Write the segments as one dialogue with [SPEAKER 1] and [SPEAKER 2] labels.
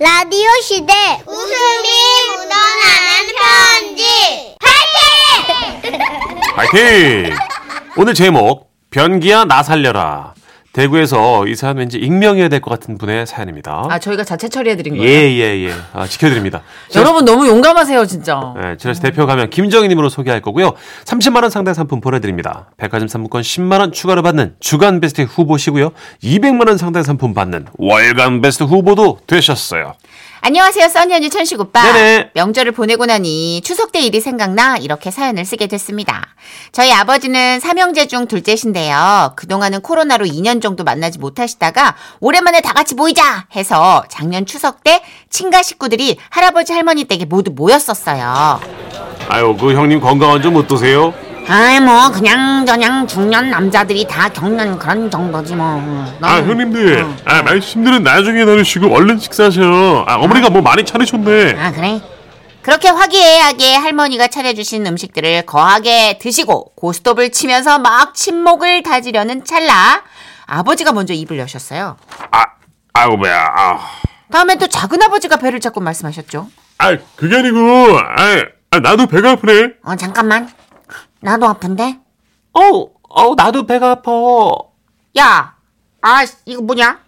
[SPEAKER 1] 라디오 시대 웃음이 묻어나는 편지 파이팅!
[SPEAKER 2] 파이팅! 오늘 제목 변기야 나 살려라. 대구에서 이 사연 왠지 익명해야 될 것 같은 분의 사연입니다.
[SPEAKER 3] 아 저희가 자체 처리해드린 거예요.
[SPEAKER 2] 어? 예예예. 아, 지켜드립니다.
[SPEAKER 3] 여러분 너무 용감하세요 진짜.
[SPEAKER 2] 네, 지라시 대표 가면 김정희님으로 소개할 거고요. 30만 원 상당 상품 보내드립니다. 백화점 상품권 10만 원 추가로 받는 주간 베스트 후보시고요. 200만 원 상당 상품 받는 월간 베스트 후보도 되셨어요.
[SPEAKER 4] 안녕하세요, 써니언니 천식 오빠.
[SPEAKER 2] 네네.
[SPEAKER 4] 명절을 보내고 나니 추석 때 일이 생각나 이렇게 사연을 쓰게 됐습니다. 저희 아버지는 삼형제 중 둘째신데요. 그동안은 코로나로 2년 정도 만나지 못하시다가 오랜만에 다 같이 모이자 해서 작년 추석 때 친가 식구들이 할아버지 할머니 댁에 모두 모였었어요.
[SPEAKER 2] 아유 그 형님 건강한 좀 어떠세요?
[SPEAKER 4] 아이 뭐 그냥 저냥 중년 남자들이 다 겪는 그런 정도지 뭐.
[SPEAKER 2] 아 형님들
[SPEAKER 3] 어.
[SPEAKER 2] 아 말씀들은 나중에 나누시고 얼른 식사하세요. 아 어머니가 뭐 많이 차리셨네.
[SPEAKER 4] 아 그래? 그렇게 화기애애하게 할머니가 차려주신 음식들을 거하게 드시고 고스톱을 치면서 막 침묵을 다지려는 찰나 아버지가 먼저 입을 여셨어요.
[SPEAKER 2] 아 아우 뭐야 아.
[SPEAKER 4] 다음엔 또 작은 아버지가 배를 잡고 말씀하셨죠.
[SPEAKER 2] 아 그게 아니고 아, 아 나도 배가 아프네.
[SPEAKER 4] 어 잠깐만 나도 아픈데.
[SPEAKER 2] 어우 어우 나도 배가 아파.
[SPEAKER 4] 야, 아 이거 뭐냐?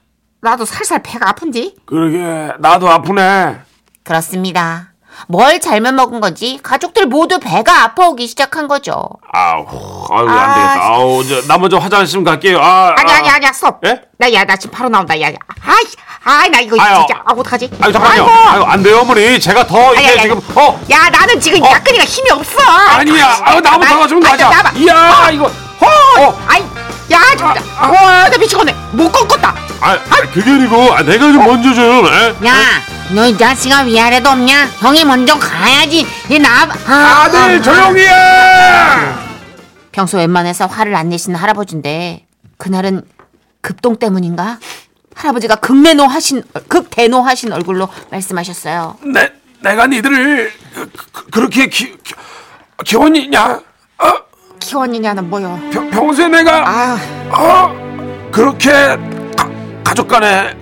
[SPEAKER 4] 나도 살살 배가 아픈디.
[SPEAKER 2] 그러게 나도 아프네.
[SPEAKER 4] 그렇습니다. 뭘 잘못 먹은 건지 가족들 모두 배가 아파오기 시작한 거죠.
[SPEAKER 2] 아우 아유 안 되겠다. 아우 저, 나 먼저 화장실 좀 갈게요. 아,
[SPEAKER 4] 아니
[SPEAKER 2] 아.
[SPEAKER 4] 아니 아니야 스톱.
[SPEAKER 2] 예?
[SPEAKER 4] 나야 나 지금 바로 나온다 야야. 아이 아이 나 이거
[SPEAKER 2] 아유.
[SPEAKER 4] 진짜 아 어떡하지?
[SPEAKER 2] 아유 잠깐만요.
[SPEAKER 4] 아이고.
[SPEAKER 2] 아유 안 돼요 어머니. 제가 더 이게
[SPEAKER 4] 아니, 아니,
[SPEAKER 2] 지금 어
[SPEAKER 4] 야 나는 지금
[SPEAKER 2] 어.
[SPEAKER 4] 약근이가 힘이 없어.
[SPEAKER 2] 아니야. 아유 나부터
[SPEAKER 4] 나-
[SPEAKER 2] 가좀
[SPEAKER 4] 아,
[SPEAKER 2] 가자.
[SPEAKER 4] 나봐.
[SPEAKER 2] 이야 이거 어. 어.
[SPEAKER 4] 아이 야 진짜. 와나 미치겠네. 못 꺾었다. 어.
[SPEAKER 2] 아, 아 그게 아니고 아, 내가 좀 먼저 예? 좀. 에?
[SPEAKER 4] 야 너 이 자식아 위아래도 없냐? 형이 먼저 가야지. 얘나
[SPEAKER 2] 아들 조용히 해.
[SPEAKER 4] 평소 웬만해서 화를 안 내시는 할아버지인데 그날은 급동 때문인가? 할아버지가 극내노하신 극대노하신 얼굴로 말씀하셨어요.
[SPEAKER 2] 내 내가 니들을 그- 그- 그렇게 키, 키, 키웠냐? 어?
[SPEAKER 4] 키웠느냐는 뭐요?
[SPEAKER 2] 평- 평소에 내가
[SPEAKER 4] 아.
[SPEAKER 2] 어 그렇게 가, 가족 간에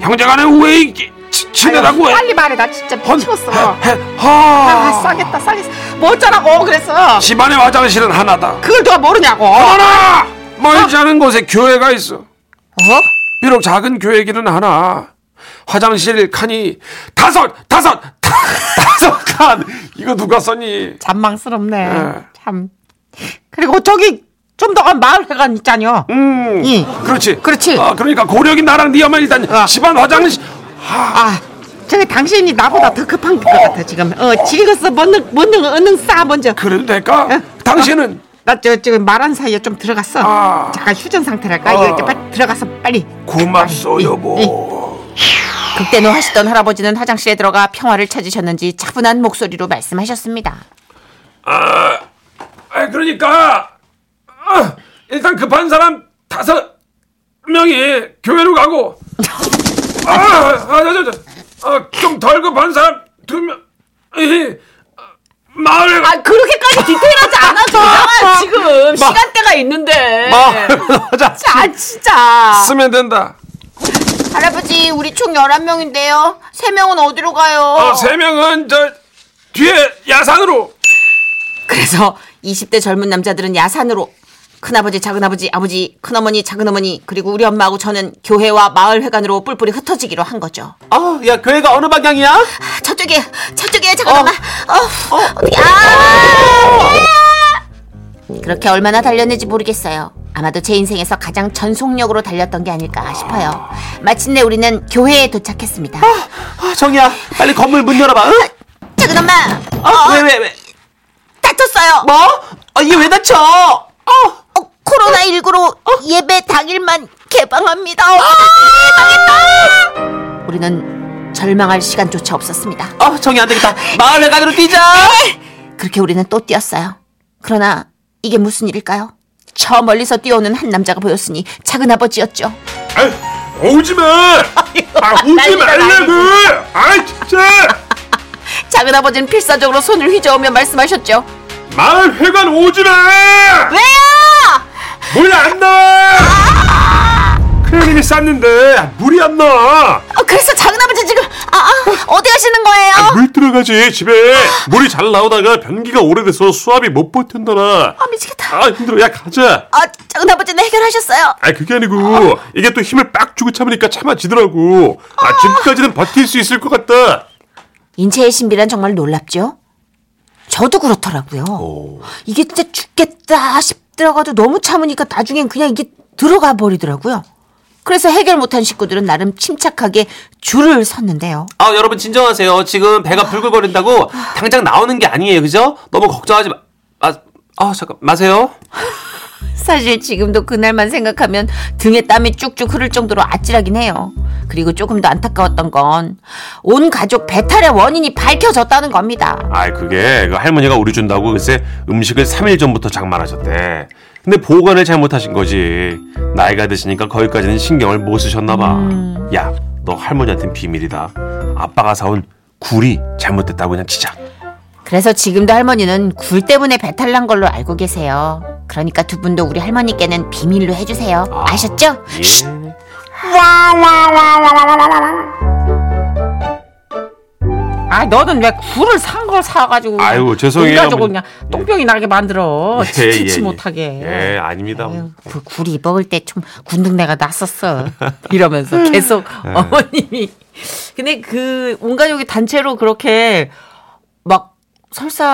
[SPEAKER 2] 형제 간에 왜 이렇게 치- 친하다고 해?
[SPEAKER 3] 빨리 말해 나 진짜
[SPEAKER 2] 헌-
[SPEAKER 3] 미치겠어.
[SPEAKER 2] 해- 해-
[SPEAKER 3] 아
[SPEAKER 2] 하.
[SPEAKER 3] 싸겠다 싸겠어. 뭐 어쩌라고 그랬어.
[SPEAKER 2] 집안의 화장실은 하나다.
[SPEAKER 3] 그걸 누가 모르냐고.
[SPEAKER 2] 하나 멀지
[SPEAKER 3] 아.
[SPEAKER 2] 않은 곳에 교회가 있어.
[SPEAKER 4] 어?
[SPEAKER 2] 비록 작은 교회기는 하나 화장실 칸이 다섯 다섯 다, 다섯 칸 이거 누가 썼니?
[SPEAKER 3] 잔망스럽네.
[SPEAKER 2] 예.
[SPEAKER 3] 참. 그리고 저기 좀 더 간 마을회관 있잖여.
[SPEAKER 2] 음
[SPEAKER 3] 예.
[SPEAKER 2] 그렇지
[SPEAKER 3] 그렇지.
[SPEAKER 2] 아 그러니까 고력이 나랑 네 엄마 일단
[SPEAKER 3] 아.
[SPEAKER 2] 집안 화장실
[SPEAKER 3] 아. 저기 당신이 나보다 더 급한 것 같아 지금. 어 지리겠어. 뭔능 뭔능 언능 싸 먼저.
[SPEAKER 2] 그래도 될까?
[SPEAKER 3] 예.
[SPEAKER 2] 당신은
[SPEAKER 3] 나 저 지금 말한 사이에 좀 들어갔어.
[SPEAKER 2] 아.
[SPEAKER 3] 잠깐 휴전 상태랄까.
[SPEAKER 2] 아.
[SPEAKER 3] 이거 이제 빨리 들어가서 빨리.
[SPEAKER 2] 고맙소
[SPEAKER 3] 아. 이,
[SPEAKER 2] 여보.
[SPEAKER 4] 극대노 하시던 할아버지는 화장실에 들어가 평화를 찾으셨는지 차분한 목소리로 말씀하셨습니다.
[SPEAKER 2] 아 그러니까 아, 일단 급한 사람 다섯 명이 교회로 가고 아, 아저저저좀덜 급한 사람 두명 마을에 가-
[SPEAKER 3] 아 그렇게까지 디테일하지 않아도 아, 지금 시간대가 있는데. 아 진짜.
[SPEAKER 2] 아, 쓰면 된다.
[SPEAKER 4] 할아버지, 우리 총 11명인데요. 3명은 어디로 가요?
[SPEAKER 2] 어, 세 명은 저 뒤에 야산으로.
[SPEAKER 4] 그래서 20대 젊은 남자들은 야산으로 큰아버지, 작은아버지, 아버지, 큰어머니, 작은어머니, 그리고 우리 엄마하고 저는 교회와 마을회관으로 뿔뿔이 흩어지기로 한 거죠.
[SPEAKER 3] 어, 야 교회가 어느 방향이야?
[SPEAKER 4] 아, 저쪽에, 저쪽에, 잠깐만. 어, 어,
[SPEAKER 3] 어.
[SPEAKER 4] 야! 그렇게 얼마나 달렸는지 모르겠어요. 아마도 제 인생에서 가장 전속력으로 달렸던 게 아닐까 싶어요. 마침내 우리는 교회에 도착했습니다.
[SPEAKER 3] 어, 정이야 빨리 건물 문 열어봐. 어,
[SPEAKER 4] 작은 엄마,
[SPEAKER 3] 왜왜 왜,
[SPEAKER 4] 어, 다쳤어요.
[SPEAKER 3] 뭐? 이게 왜 다쳐? 어.
[SPEAKER 4] 어, 코로나19로 예배 당일만 개방합니다.
[SPEAKER 3] 아!
[SPEAKER 4] 망했다! 우리는 절망할 시간조차 없었습니다. 네!
[SPEAKER 3] 어, 정이 안 되겠다. 마을회관으로 뛰자.
[SPEAKER 4] 그렇게 우리는 또 뛰었어요. 그러나 이게 무슨 일일까요? 저 멀리서 뛰어오는 한 남자가 보였으니 작은 아버지였죠.
[SPEAKER 2] 오지 마. 아 오지 말라고. 아 진짜.
[SPEAKER 4] 작은 아버지는 필사적으로 손을 휘저으며 말씀하셨죠.
[SPEAKER 2] 마을 회관 오지 마.
[SPEAKER 4] 왜요?
[SPEAKER 2] 물안 나. 큰형님이 쌌는데 물이 안 나.
[SPEAKER 4] 어, 그래서 작은 아버지 지금 아 어디 가시는 거예요?
[SPEAKER 2] 아, 물 들어가지 집에 물이 잘 나오다가 변기가 오래돼서 수압이 못 버틴다나
[SPEAKER 4] 아, 미치겠다.
[SPEAKER 2] 아 힘들어 야 가자
[SPEAKER 4] 아, 작은 아버지는 해결하셨어요?
[SPEAKER 2] 아 그게 아니고 이게 또 힘을 빡 주고 참으니까 참아지더라고 아 지금까지는 버틸 수 있을 것 같다
[SPEAKER 4] 인체의 신비란 정말 놀랍죠? 저도 그렇더라고요. 이게 진짜 죽겠다 싶더라도 너무 참으니까 나중엔 그냥 이게 들어가 버리더라고요. 그래서 해결 못한 식구들은 나름 침착하게 줄을 섰는데요.
[SPEAKER 2] 아 여러분 진정하세요 지금 배가 불글거린다고 당장 나오는 게 아니에요 그죠 너무 걱정하지 마아 잠깐 마세요
[SPEAKER 4] 사실 지금도 그날만 생각하면 등에 땀이 쭉쭉 흐를 정도로 아찔하긴 해요. 그리고 조금 더 안타까웠던 건 온 가족 배탈의 원인이 밝혀졌다는 겁니다.
[SPEAKER 2] 아 그게 그 할머니가 우리 준다고 글쎄 음식을 3일 전부터 장만하셨대. 근데 보관을 잘못하신 거지. 나이가 드시니까 거기까지는 신경을 못 쓰셨나 봐.
[SPEAKER 3] 음.
[SPEAKER 2] 야, 너 할머니한테는 비밀이다. 아빠가 사온 굴이 잘못됐다고 그냥 치자.
[SPEAKER 4] 그래서 지금도 할머니는 굴 때문에 배탈 난 걸로 알고 계세요. 그러니까 두 분도 우리 할머니께는 비밀로 해주세요. 아셨죠? 쉿!
[SPEAKER 2] 예.
[SPEAKER 3] 아, 너는 왜 굴을 산 걸 사가지고.
[SPEAKER 2] 아이고, 죄송해요,
[SPEAKER 3] 가지고
[SPEAKER 2] 어머니.
[SPEAKER 3] 그냥 똥병이 나게 만들어.
[SPEAKER 2] 예,
[SPEAKER 3] 지치지
[SPEAKER 2] 예, 예.
[SPEAKER 3] 못하게.
[SPEAKER 2] 예, 아닙니다.
[SPEAKER 4] 아유, 그 굴이 먹을 때 좀 군등내가 났었어.
[SPEAKER 3] 이러면서 계속
[SPEAKER 2] 예.
[SPEAKER 3] 어머님이. 근데 그 온가족이 단체로 그렇게 막 설사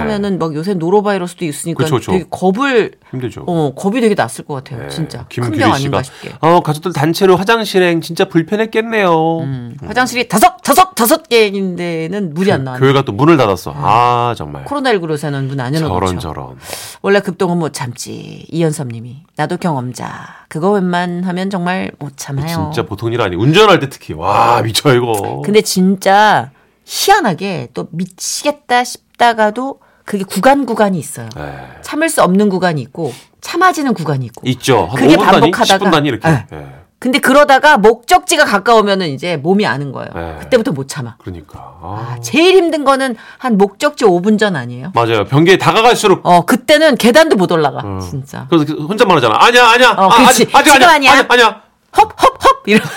[SPEAKER 3] 하면은 막 요새 노로바이러스도 있으니까
[SPEAKER 2] 예. 그쵸, 그쵸.
[SPEAKER 3] 되게 겁을
[SPEAKER 2] 힘들죠. 예.
[SPEAKER 3] 어 겁이 되게 났을 것 같아요 진짜 큰
[SPEAKER 2] 네, 김규리
[SPEAKER 3] 병
[SPEAKER 2] 씨가
[SPEAKER 3] 아닌가 싶게
[SPEAKER 2] 어 가족들 단체로 화장실행 진짜 불편했겠네요.
[SPEAKER 3] 음. 화장실이 다섯 다섯 다섯 개인데는 물이
[SPEAKER 2] 그
[SPEAKER 3] 안 나와
[SPEAKER 2] 교회가 또 문을 닫았어. 아 정말.
[SPEAKER 3] 코로나19로 그렇죠. 사는 문 안 열어놓죠
[SPEAKER 2] 저런 저런.
[SPEAKER 3] 원래 급동은 못 참지 이현섭님이 나도 경험자 그거 웬만하면 정말 못 참아요
[SPEAKER 2] 진짜 뭐- 보통 일 아니. 운전할 때 특히 와 미쳐 이거.
[SPEAKER 3] 근데 진짜 희한하게 또 미치겠다 싶다가도 그게 구간 구간이 있어요
[SPEAKER 2] 예.
[SPEAKER 3] 참을 수 없는 구간이 있고 참아지는 구간이 있고
[SPEAKER 2] 있죠. 한
[SPEAKER 3] 그게
[SPEAKER 2] 5분 단위,
[SPEAKER 3] 반복하다가-
[SPEAKER 2] 10분 단위 이렇게.
[SPEAKER 3] 네.
[SPEAKER 2] 예.
[SPEAKER 3] 근데 그러다가 목적지가 가까우면은 이제 몸이 아는 거예요
[SPEAKER 2] 네.
[SPEAKER 3] 그때부터 못 참아
[SPEAKER 2] 그러니까. 아.
[SPEAKER 3] 아, 제일 힘든 거는 한 목적지 5분 전 아니에요?
[SPEAKER 2] 맞아요. 변기에 다가갈수록
[SPEAKER 3] 어, 그때는 계단도 못 올라가.
[SPEAKER 2] 어.
[SPEAKER 3] 진짜.
[SPEAKER 2] 그래서 혼자 말하잖아. 아니야, 아니야.
[SPEAKER 3] 어,
[SPEAKER 2] 아,
[SPEAKER 3] 그렇지.
[SPEAKER 2] 아직, 아직,
[SPEAKER 3] 지금
[SPEAKER 2] 아니야.
[SPEAKER 3] 아니야.
[SPEAKER 2] 아니야. 아니야.
[SPEAKER 3] 헙, 헙, 헙! 이런.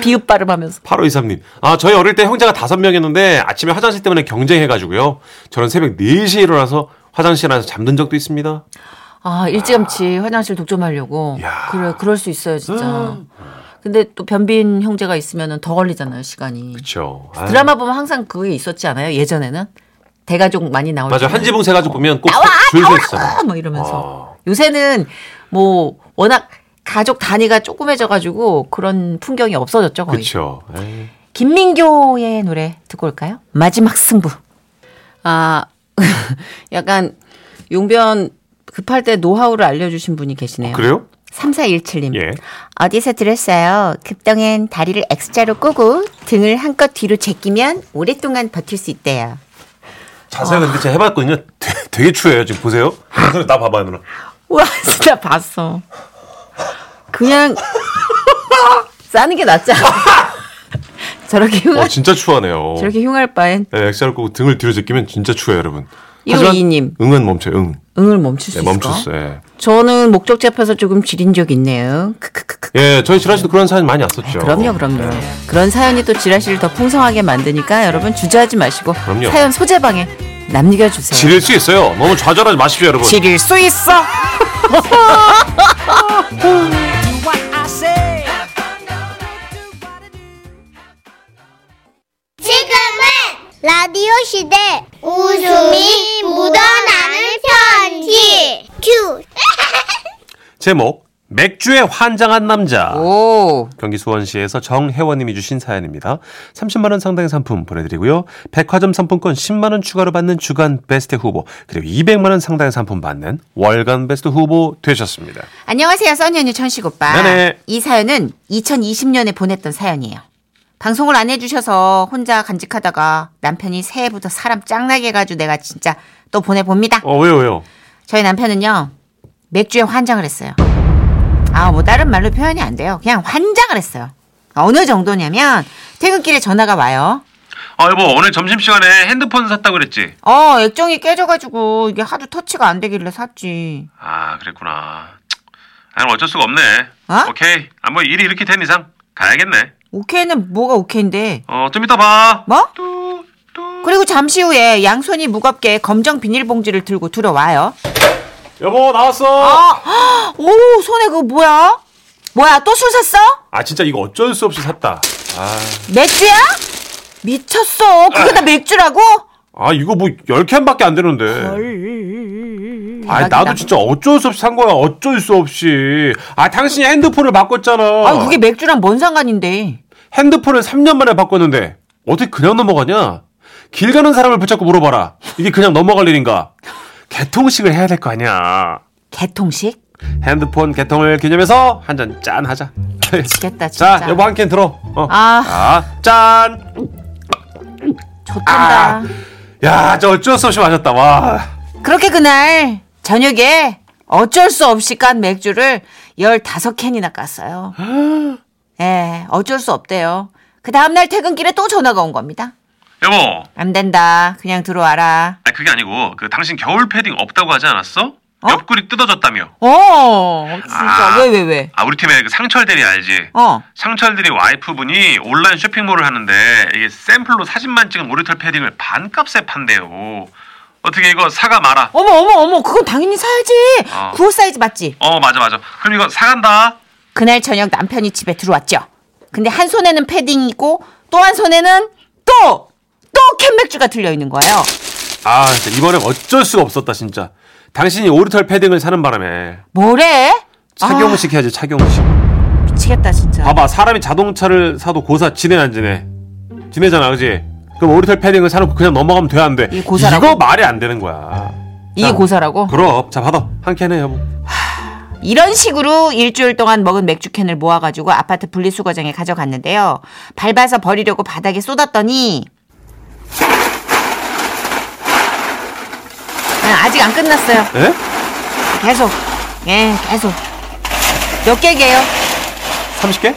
[SPEAKER 3] 비읍 발음하면서.
[SPEAKER 2] 8523님. 아, 저희 어릴 때 형제가 다섯 명이었는데 아침에 화장실 때문에 경쟁해가지고요. 저는 새벽 4시에 일어나서 화장실 안에서 잠든 적도 있습니다.
[SPEAKER 3] 아, 일찌감치 화장실 독점하려고.
[SPEAKER 2] 야.
[SPEAKER 3] 그래, 그럴 수 있어요, 진짜. 근데 또 변빈 형제가 있으면 더 걸리잖아요, 시간이.
[SPEAKER 2] 그쵸. 아,
[SPEAKER 3] 드라마 보면 항상 그게 있었지 않아요? 예전에는? 대가족 많이 나올
[SPEAKER 2] 맞아.
[SPEAKER 3] 때는.
[SPEAKER 2] 한지붕 어. 세가지고 보면 꼭줄서 있잖아.
[SPEAKER 3] 아, 뭐 이러면서. 요새는 뭐 워낙 가족 단위가 조그매져가지고 그런 풍경이 없어졌죠, 거의.
[SPEAKER 2] 그쵸. 에이.
[SPEAKER 3] 김민교의 노래 듣고 올까요? 마지막 승부. 아, 약간 용변 급할 때 노하우를 알려주신 분이 계시네요.
[SPEAKER 2] 그래요?
[SPEAKER 4] 3417님.
[SPEAKER 2] 예.
[SPEAKER 4] 어디서 들었어요? 급덩엔 다리를 X자로 꼬고 등을 한껏 뒤로 제끼면 오랫동안 버틸 수 있대요.
[SPEAKER 2] 자세히
[SPEAKER 3] 아.
[SPEAKER 2] 근데 제가 해봤거든요. 되게, 되게 추해요. 지금 보세요. 선생님, 나 봐봐요, 누나.
[SPEAKER 3] 와, 진짜 봤어. 그냥 싸는 게 낫지 않아? 저렇게
[SPEAKER 2] 어,
[SPEAKER 3] 흉할,
[SPEAKER 2] 진짜 추하네요.
[SPEAKER 3] 저렇게 흉할 바엔
[SPEAKER 2] 네, 엑셀 꼭 등을 뒤로 제끼면 진짜 추해요, 여러분.
[SPEAKER 3] 이월 이님.
[SPEAKER 2] 응은 멈춰요, 응.
[SPEAKER 3] 응을 멈출 수
[SPEAKER 2] 네,
[SPEAKER 3] 있을까?
[SPEAKER 2] 멈췄어요. 예.
[SPEAKER 4] 저는 목적지 앞에서 조금 지린 적 있네요. 크크크크.
[SPEAKER 2] 예, 저희 지라시도 그런 사연 많이 왔었죠. 네.
[SPEAKER 3] 그럼요, 그럼요. 그런 사연이 또 지라시를 더 풍성하게 만드니까 여러분 주저하지 마시고
[SPEAKER 2] 그럼요.
[SPEAKER 3] 사연 소재방에 남겨주세요.
[SPEAKER 2] 지릴 수 있어요. 너무 좌절하지 마십시오, 여러분.
[SPEAKER 3] 지릴 수 있어.
[SPEAKER 1] 지금은 라디오 시대 웃음이 묻어나는 편지 큐
[SPEAKER 2] 제목, 맥주에 환장한 남자.
[SPEAKER 3] 오.
[SPEAKER 2] 경기 수원시에서 정혜원님이 주신 사연입니다. 30만 원 상당의 상품 보내드리고요. 백화점 상품권 10만 원 추가로 받는 주간 베스트 후보 그리고 200만 원 상당의 상품 받는 월간 베스트 후보 되셨습니다.
[SPEAKER 4] 안녕하세요, 써니언니 천식 오빠.
[SPEAKER 2] 네네.
[SPEAKER 4] 이 사연은 2020년에 보냈던 사연이에요. 방송을 안 해주셔서 혼자 간직하다가 남편이 새해부터 사람 짱나게 해가지고 내가 진짜 또 보내봅니다.
[SPEAKER 2] 어 왜요 왜요?
[SPEAKER 4] 저희 남편은요, 맥주에 환장을 했어요. 아, 뭐 다른 말로 표현이 안 돼요. 그냥 환장을 했어요. 어느 정도냐면, 퇴근길에 전화가 와요.
[SPEAKER 2] 아 여보 오늘 점심 시간에 핸드폰 샀다고 그랬지.
[SPEAKER 4] 어, 액정이 깨져가지고 이게 하도 터치가 안 되길래 샀지.
[SPEAKER 2] 아 그랬구나. 아니 어쩔 수가 없네.
[SPEAKER 4] 어?
[SPEAKER 2] 오케이. 아뭐 일이 이렇게 된 이상 가야겠네.
[SPEAKER 3] 오케이는 뭐가 오케이인데?
[SPEAKER 2] 어, 좀 이따 봐.
[SPEAKER 4] 뭐? 그리고 잠시 후에 양손이 무겁게 검정 비닐봉지를 들고 들어와요.
[SPEAKER 2] 여보, 나왔어. 아,
[SPEAKER 4] 오, 손에 그거 뭐야? 뭐야, 또 술 샀어?
[SPEAKER 2] 아, 진짜 이거 어쩔 수 없이 샀다.
[SPEAKER 4] 맥주야? 미쳤어. 그게 다 맥주라고?
[SPEAKER 2] 아, 이거 뭐 10캔밖에 안 되는데. 아, 나도
[SPEAKER 4] 대박이다.
[SPEAKER 2] 진짜 어쩔 수 없이 산 거야. 어쩔 수 없이. 아, 당신이 핸드폰을 바꿨잖아.
[SPEAKER 4] 아, 그게 맥주랑 뭔 상관인데.
[SPEAKER 2] 핸드폰을 3년 만에 바꿨는데 어떻게 그냥 넘어가냐? 길 가는 사람을 붙잡고 물어봐라. 이게 그냥 넘어갈 일인가? 개통식을 해야 될 거 아니야.
[SPEAKER 4] 개통식?
[SPEAKER 2] 핸드폰 개통을 기념해서 한 잔 짠 하자.
[SPEAKER 4] 미치겠다, 진짜.
[SPEAKER 2] 자, 여보 한 캔 들어. 어.
[SPEAKER 4] 아,
[SPEAKER 2] 자, 짠.
[SPEAKER 4] 좋단다.
[SPEAKER 2] 아. 야, 저 어쩔 수 없이 마셨다. 와.
[SPEAKER 4] 그렇게 그날 저녁에 어쩔 수 없이 깐 맥주를 15캔이나 깠어요. 예, 어쩔 수 없대요. 그 다음날 퇴근길에 또 전화가 온 겁니다.
[SPEAKER 2] 여보,
[SPEAKER 4] 안 된다. 그냥 들어와라.
[SPEAKER 2] 아 그게 아니고 그 당신 겨울 패딩 없다고 하지 않았어?
[SPEAKER 4] 어?
[SPEAKER 2] 옆구리 뜯어졌다며.
[SPEAKER 4] 어, 진짜.
[SPEAKER 2] 아.
[SPEAKER 4] 왜, 왜, 왜?
[SPEAKER 2] 아 우리 팀에 그 상철 대리 알지?
[SPEAKER 4] 어.
[SPEAKER 2] 상철 대리 와이프분이 온라인 쇼핑몰을 하는데 이게 샘플로 사진만 찍은 오리털 패딩을 반값에 판대요. 어떻게 이거 사가 마라.
[SPEAKER 4] 어머, 어머, 어머. 그건 당연히 사야지.
[SPEAKER 2] 어.
[SPEAKER 4] 구호 사이즈 맞지?
[SPEAKER 2] 어 맞아 맞아. 그럼 이거 사간다.
[SPEAKER 4] 그날 저녁 남편이 집에 들어왔죠. 근데 한 손에는 패딩이고 또 한 손에는 또! 또 캔맥주가 들려있는 거예요.
[SPEAKER 2] 아 진짜 이번엔 어쩔 수가 없었다 진짜. 당신이 오리털 패딩을 사는 바람에
[SPEAKER 4] 뭐래? 아.
[SPEAKER 2] 착용식 해야지 착용식.
[SPEAKER 4] 미치겠다, 진짜.
[SPEAKER 2] 봐봐 사람이 자동차를 사도 고사 지내 안 지내? 지내잖아 그지? 그럼 오리털 패딩을 사놓고 그냥 넘어가면 돼 안 돼?
[SPEAKER 4] 이게 고사라고? 어.
[SPEAKER 2] 이거 말이 안 되는 거야.
[SPEAKER 4] 이게 고사라고?
[SPEAKER 2] 그럼 자 받아 한 캔에 여보.
[SPEAKER 4] 이런 식으로 일주일 동안 먹은 맥주캔을 모아가지고 아파트 분리수거장에 가져갔는데요. 밟아서 버리려고 바닥에 쏟았더니 아, 아직 안 끝났어요.
[SPEAKER 2] 에?
[SPEAKER 4] 계속 예 계속 몇 개게요?
[SPEAKER 2] 30개?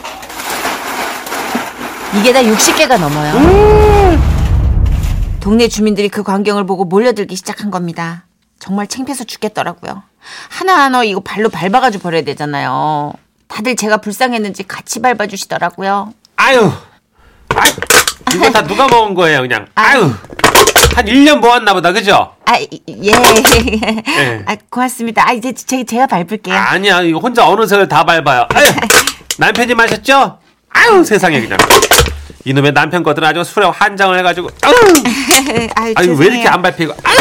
[SPEAKER 4] 이게 다 60개가 넘어요.
[SPEAKER 2] 음.
[SPEAKER 4] 동네 주민들이 그 광경을 보고 몰려들기 시작한 겁니다. 정말 창피해서 죽겠더라고요. 하나하나 이거 발로 밟아가지고 버려야 되잖아요. 다들 제가 불쌍했는지 같이 밟아주시더라고요.
[SPEAKER 2] 아유. 아 이거 다 누가 먹은 거예요, 그냥. 아유. 한 1년 모았나 보다. 그죠?
[SPEAKER 4] 아, 이- 예. 아, 고맙습니다. 아, 이제 제, 제가 밟을게요.
[SPEAKER 2] 아니야. 이거 혼자 어느새를 다 밟아요. 아유. 남편이 마셨죠? 아유, 세상에 그냥. 이놈의 남편 것들은 아주 술에 환장을 해 가지고 아유.
[SPEAKER 4] 네, 아유,
[SPEAKER 2] 아유, 왜 이렇게
[SPEAKER 4] 죄송해요.
[SPEAKER 2] 안 밟히고. 아유.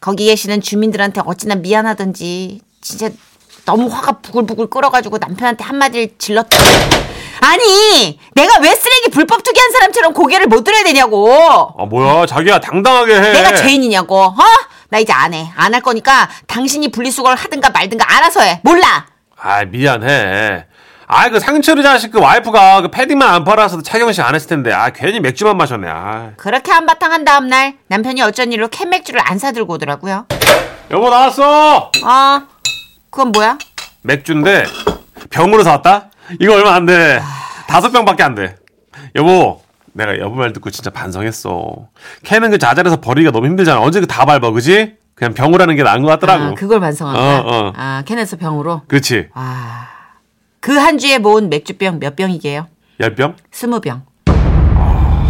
[SPEAKER 4] 거기 계시는 주민들한테 어찌나 미안하던지 진짜 너무 화가 부글부글 끓어가지고 남편한테 한마디를 질렀다. 아니 내가 왜 쓰레기 불법 투기한 사람처럼 고개를 못 들어야 되냐고.
[SPEAKER 2] 아, 뭐야. 자기야 당당하게 해.
[SPEAKER 4] 내가 죄인이냐고. 어? 나 이제 안 해. 안 할 거니까 당신이 분리수거를 하든가 말든가 알아서 해. 몰라.
[SPEAKER 2] 아, 미안해. 아, 그 상처리 자식 그 와이프가 그 패딩만 안 팔아서 착용식 안 했을 텐데. 아, 괜히 맥주만 마셨네. 아.
[SPEAKER 4] 그렇게 한바탕 한 다음 날 남편이 어쩐 일로 캔맥주를 안 사들고 오더라고요.
[SPEAKER 2] 여보 나왔어.
[SPEAKER 4] 아 그건 뭐야?
[SPEAKER 2] 맥주인데 병으로 사왔다? 이거 얼마 안 돼. 다섯 병밖에 안 돼. 여보, 내가 여보 말 듣고 진짜 반성했어. 캔은 그 자잘해서 버리기가 너무 힘들잖아. 언제 그 다 밟아, 그지? 그냥 병으로 하는 게 나은 것 같더라고.
[SPEAKER 4] 아, 그걸 반성한다.
[SPEAKER 2] 어, 어.
[SPEAKER 4] 아 캔에서 병으로.
[SPEAKER 2] 그렇지.
[SPEAKER 4] 그 한 주에 모은 맥주병 몇 병이게요?
[SPEAKER 2] 열 병?
[SPEAKER 4] 스무 병.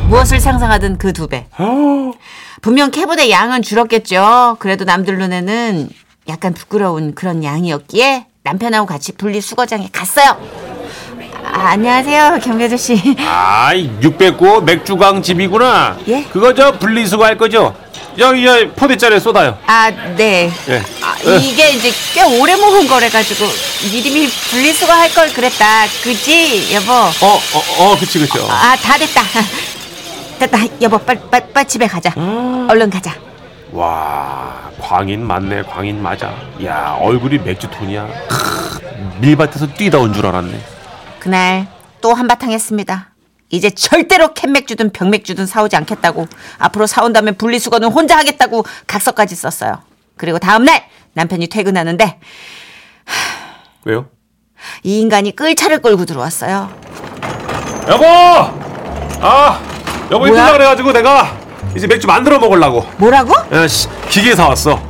[SPEAKER 4] 무엇을 상상하든 그 두 배. 분명 캐보다 양은 줄었겠죠. 그래도 남들 눈에는 약간 부끄러운 그런 양이었기에 남편하고 같이 분리수거장에 갔어요. 아, 안녕하세요, 경례 아저씨.
[SPEAKER 2] 아, 609 맥주광 집이구나.
[SPEAKER 4] 예?
[SPEAKER 2] 그거 저 분리수거 할 거죠? 여기 여기 포대자리에 쏟아요.
[SPEAKER 4] 아, 네.
[SPEAKER 2] 예.
[SPEAKER 4] 아, 이게 이제 꽤 오래 모은 거래가지고 미리미리 분리수거 할 걸 그랬다. 그지, 여보?
[SPEAKER 2] 어, 어, 어, 그치, 그치. 어.
[SPEAKER 4] 아, 다 됐다. 됐다. 여보, 빨리, 빨리, 빨리 집에 가자.
[SPEAKER 2] 음.
[SPEAKER 4] 얼른 가자.
[SPEAKER 2] 와 광인 맞네 광인 맞아 야 얼굴이 맥주톤이야 크, 밀밭에서 뛰다 온 줄 알았네
[SPEAKER 4] 그날 또 한바탕 했습니다. 이제 절대로 캔맥주든 병맥주든 사오지 않겠다고 앞으로 사온다면 분리수거는 혼자 하겠다고 각서까지 썼어요. 그리고 다음날 남편이 퇴근하는데
[SPEAKER 2] 왜요?
[SPEAKER 4] 이 인간이 끌차를 끌고 들어왔어요.
[SPEAKER 2] 여보! 아 여보
[SPEAKER 4] 뭐야?
[SPEAKER 2] 힘들다 그래가지고 내가 이제 맥주 만들어 먹으려고
[SPEAKER 4] 뭐라고?
[SPEAKER 2] 야, 씨, 기계 사왔어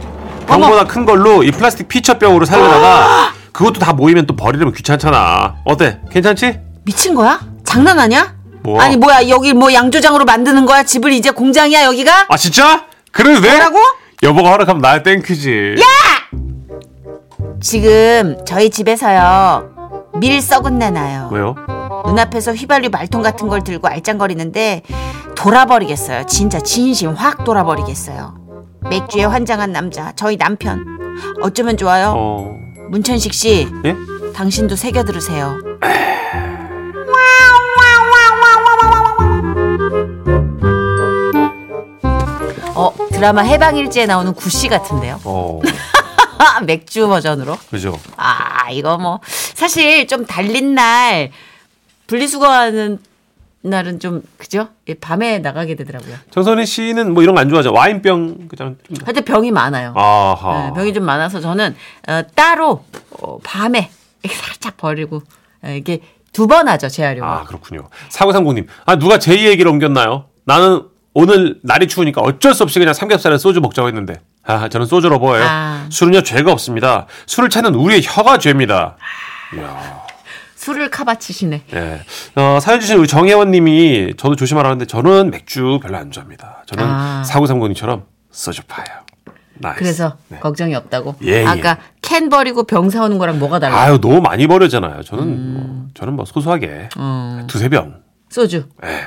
[SPEAKER 2] 병보다 큰 걸로 이 플라스틱 피처병으로
[SPEAKER 4] 아!
[SPEAKER 2] 살려다가 그것도 다 모이면 또 버리려면 귀찮잖아 어때? 괜찮지?
[SPEAKER 4] 미친 거야? 장난하냐?
[SPEAKER 2] 뭐야?
[SPEAKER 4] 아니 뭐야 여기 뭐 양조장으로 만드는 거야? 집을 이제 공장이야 여기가?
[SPEAKER 2] 아 진짜? 그래도 돼?
[SPEAKER 4] 뭐라고?
[SPEAKER 2] 여보가 허락하면 나의 땡큐지.
[SPEAKER 5] 지금 저희 집에서요 밀 썩은 내 나요.
[SPEAKER 2] 왜요?
[SPEAKER 5] 눈앞에서 휘발유 말통 같은 걸 들고 알짱거리는데 돌아버리겠어요. 진짜 진심 확 돌아버리겠어요. 맥주에 환장한 남자 저희 남편 어쩌면 좋아요.
[SPEAKER 2] 어.
[SPEAKER 5] 문천식 씨
[SPEAKER 2] 예?
[SPEAKER 5] 당신도 새겨 들으세요.
[SPEAKER 4] 어 드라마 해방일지에 나오는 구씨 같은데요?
[SPEAKER 2] 어.
[SPEAKER 5] 아, 맥주 버전으로.
[SPEAKER 2] 그죠.
[SPEAKER 5] 아 이거 뭐 사실 좀 달린 날
[SPEAKER 4] 분리수거하는 날은 좀 그죠? 예, 밤에 나가게 되더라고요.
[SPEAKER 2] 정선희 씨는 뭐 이런 거 안 좋아하죠. 와인병 그냥 좀.
[SPEAKER 4] 하여튼 병이 많아요.
[SPEAKER 2] 아하.
[SPEAKER 4] 예, 병이 좀 많아서 저는 어, 따로 어, 밤에 이렇게 살짝 버리고 예, 이게 두 번 하죠 재활용.
[SPEAKER 2] 아 그렇군요. 사고상공님, 아 누가 제 얘기를 옮겼나요? 나는 오늘 날이 추우니까 어쩔 수 없이 그냥 삼겹살에 소주 먹자고 했는데, 아 저는 소주 러버예요.
[SPEAKER 4] 아.
[SPEAKER 2] 술은요 죄가 없습니다. 술을 찾는 우리의 혀가 죄입니다.
[SPEAKER 4] 술을 카바치시네.
[SPEAKER 2] 예. 어, 사연 주신 우리 정혜원님이 저도 조심하라는데 저는 맥주 별로 안 좋아합니다. 저는
[SPEAKER 4] 아.
[SPEAKER 2] 사고상공님처럼 소주 파요. 나이스.
[SPEAKER 4] 그래서
[SPEAKER 2] 네.
[SPEAKER 4] 걱정이 없다고.
[SPEAKER 2] 예, 예.
[SPEAKER 4] 아까 캔 버리고 병 사오는 거랑 뭐가 달라? 음.
[SPEAKER 2] 아유 너무 많이 버려잖아요. 저는 뭐, 저는 뭐 소소하게
[SPEAKER 4] 어.
[SPEAKER 2] 두세 병.
[SPEAKER 4] 소주.
[SPEAKER 2] 예.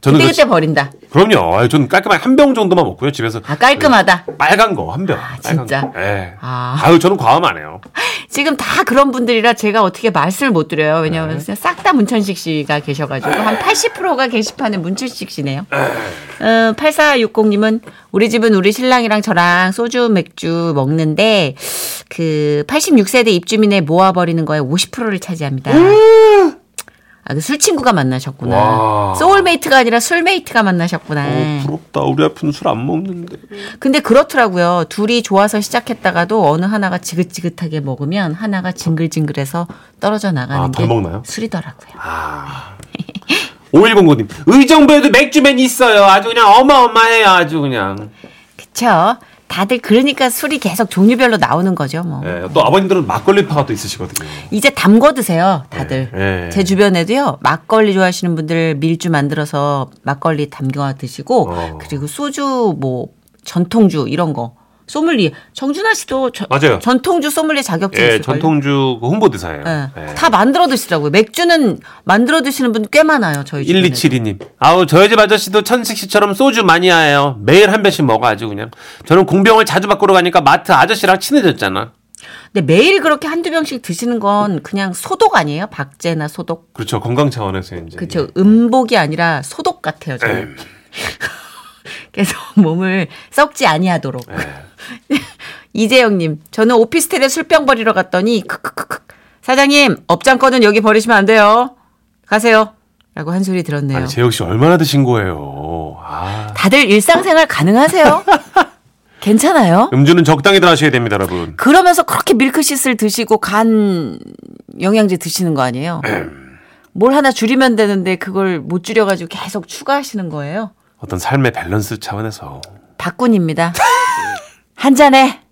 [SPEAKER 2] 저는
[SPEAKER 4] 그때
[SPEAKER 2] 그
[SPEAKER 4] 그때 버린다.
[SPEAKER 2] 그럼요. 아유, 저는 깔끔하게 한 병 정도만 먹고요 집에서. 네.
[SPEAKER 4] 아 깔끔하다.
[SPEAKER 2] 빨간 거 한 병. 아,
[SPEAKER 4] 진짜?
[SPEAKER 2] 예.
[SPEAKER 4] 아.
[SPEAKER 2] 아. 유 저는 과음 안 해요.
[SPEAKER 4] 지금 다 그런 분들이라 제가 어떻게 말씀을 못 드려요. 왜냐하면 그냥 싹 다 문천식 씨가 계셔가지고 한 80%가 게시판에 문천식 씨네요. 어, 8460님은 우리 집은 우리 신랑이랑 저랑 소주 맥주 먹는데 그 86세대 입주민의 모아버리는 거에 50%를 차지합니다. 아, 그 술친구가 만나셨구나.
[SPEAKER 2] 와.
[SPEAKER 4] 네. 소울메이트가 네. 아니라 술메이트가 만나셨구나.
[SPEAKER 2] 어, 부럽다. 우리 아픈 술 안 먹는데.
[SPEAKER 4] 근데 그렇더라고요. 둘이 좋아서 시작했다가도 어느 하나가 지긋지긋하게 먹으면 하나가 징글징글해서 떨어져 나가는
[SPEAKER 2] 아,
[SPEAKER 4] 게
[SPEAKER 2] 덜 먹나요?
[SPEAKER 4] 술이더라고요.
[SPEAKER 2] 5109님. 아. 의정부에도 맥주맨 있어요. 아주 그냥 어마어마해요. 아주 그냥.
[SPEAKER 4] 그쵸? 다들 그러니까 술이 계속 종류별로 나오는 거죠, 뭐.
[SPEAKER 2] 예, 또 아버님들은 막걸리파가 또 있으시거든요.
[SPEAKER 4] 이제 담궈 드세요, 다들.
[SPEAKER 2] 예, 예.
[SPEAKER 4] 제 주변에도요, 막걸리 좋아하시는 분들 밀주 만들어서 막걸리 담겨 드시고,
[SPEAKER 2] 어.
[SPEAKER 4] 그리고 소주, 뭐, 전통주, 이런 거. 소믈리에. 정준하 씨도 저-
[SPEAKER 2] 맞아요.
[SPEAKER 4] 전통주 소믈리에 자격증
[SPEAKER 2] 예,
[SPEAKER 4] 있을 거예요.
[SPEAKER 2] 전통주 그 홍보대사예요.
[SPEAKER 4] 예.
[SPEAKER 2] 예.
[SPEAKER 4] 다 만들어 드시더라고요. 맥주는 만들어 드시는 분 꽤 많아요. 저희 그 주변에.
[SPEAKER 2] 1272님. 아우, 저희 집 아저씨도 천식 씨처럼 소주 많이 하예요. 매일 한 병씩 먹어, 아주 그냥. 저는 공병을 자주 바꾸러 가니까 마트 아저씨랑 친해졌잖아.
[SPEAKER 4] 근데 매일 그렇게 한두 병씩 드시는 건 그냥 소독 아니에요? 박제나 소독.
[SPEAKER 2] 그렇죠. 건강 차원에서 이제. 음.
[SPEAKER 4] 그쵸. 음복이 아니라 소독 같아요.
[SPEAKER 2] 네.
[SPEAKER 4] 저는. 계속 몸을 썩지 아니하도록.
[SPEAKER 2] 네.
[SPEAKER 4] 이재영님, 저는 오피스텔에 술병 버리러 갔더니 크크크크 사장님 업장 거는 여기 버리시면 안 돼요. 가세요. 라고 한 소리 들었네요.
[SPEAKER 2] 아니, 재혁 씨 얼마나 드신 거예요? 아.
[SPEAKER 4] 다들 일상생활 가능하세요? 괜찮아요?
[SPEAKER 2] 음주는 적당히 들 하셔야 됩니다, 여러분.
[SPEAKER 4] 그러면서 그렇게 밀크시슬 드시고 간 영양제 드시는 거 아니에요? 뭘 하나 줄이면 되는데 그걸 못 줄여가지고 계속 추가하시는 거예요?
[SPEAKER 2] 어떤 삶의 밸런스 차원에서
[SPEAKER 4] 박군입니다. 한 잔에